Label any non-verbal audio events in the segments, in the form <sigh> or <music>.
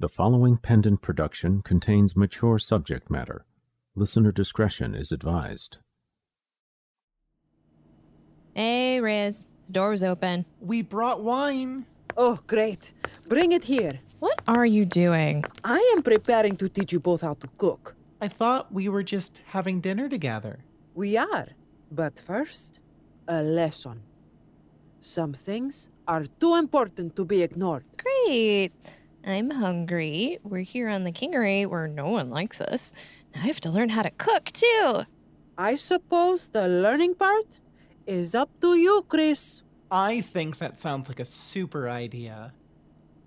The following pendant production contains mature subject matter. Listener discretion is advised. Hey, Riz. The door was open. We brought wine. Oh, great. Bring it here. What are you doing? I am preparing to teach you both how to cook. I thought we were just having dinner together. We are. But first, a lesson. Some things are too important to be ignored. Great. I'm hungry. We're here on the Kingery where no one likes us. Now I have to learn how to cook, too. I suppose the learning part is up to you, Chris. I think that sounds like a super idea.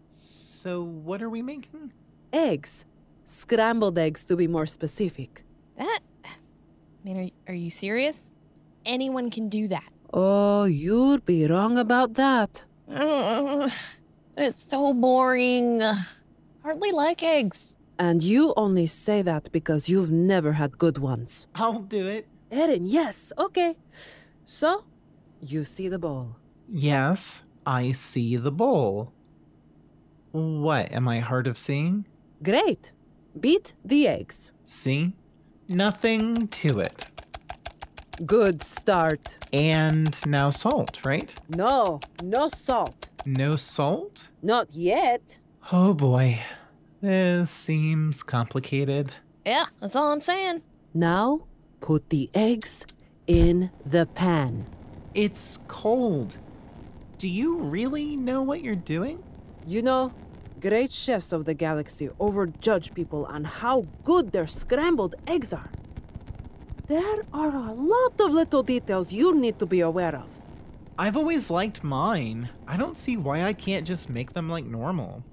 So, what are we making? Eggs. Scrambled eggs, to be more specific. That. I mean, are, are you serious? Anyone can do that. Oh, you'd be wrong about that. Ugh, <laughs> But it's so boring. Hardly like eggs. And you only say that because you've never had good ones. I'll do it. Erin, yes, okay. So, you see the bowl. Yes, I see the bowl. What, am I hard of seeing? Great. Beat the eggs. See? Nothing to it. Good start. And now salt, right? No, no salt. No salt? Not yet. Oh boy, this seems complicated. Yeah, that's all I'm saying. Now, put the eggs in the pan. It's cold. Do you really know what you're doing? You know, great chefs of the galaxy overjudge people on how good their scrambled eggs are. There are a lot of little details you need to be aware of. I've always liked mine. I don't see why I can't just make them like normal.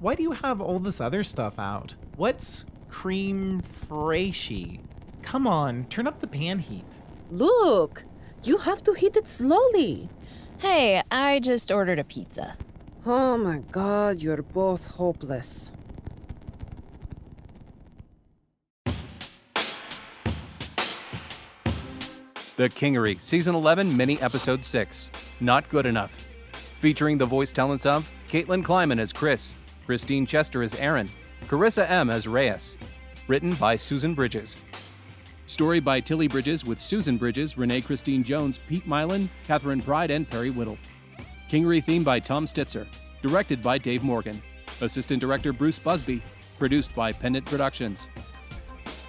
Why do you have all this other stuff out? What's cream fraiche? Come on, turn up the pan heat. Look, you have to heat it slowly. Hey, I just ordered a pizza. Oh my god, you're both hopeless. The Kingery, Season 11, Mini Episode 6 Not Good Enough. Featuring the voice talents of Caitlin Kleiman as Chris, Christine Chester as Aaron, Carissa M. as Reyes. Written by Susan Bridges. Story by Tilly Bridges with Susan Bridges, Renee Christine Jones, Pete Mylan, Catherine Pride, and Perry Whittle. Kingery theme by Tom Stitzer. Directed by Dave Morgan. Assistant director Bruce Busby. Produced by Pendant Productions.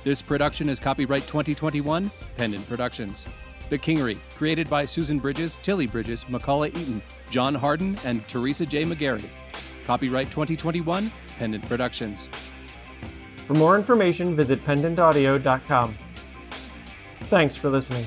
This production is copyright 2021, Pendant Productions. The Kingery, created by Susan Bridges, Tilly Bridges, McCullough Eaton, John Harden, and Teresa J. McGarry. Copyright 2021, Pendant Productions. For more information, visit pendantaudio.com. Thanks for listening.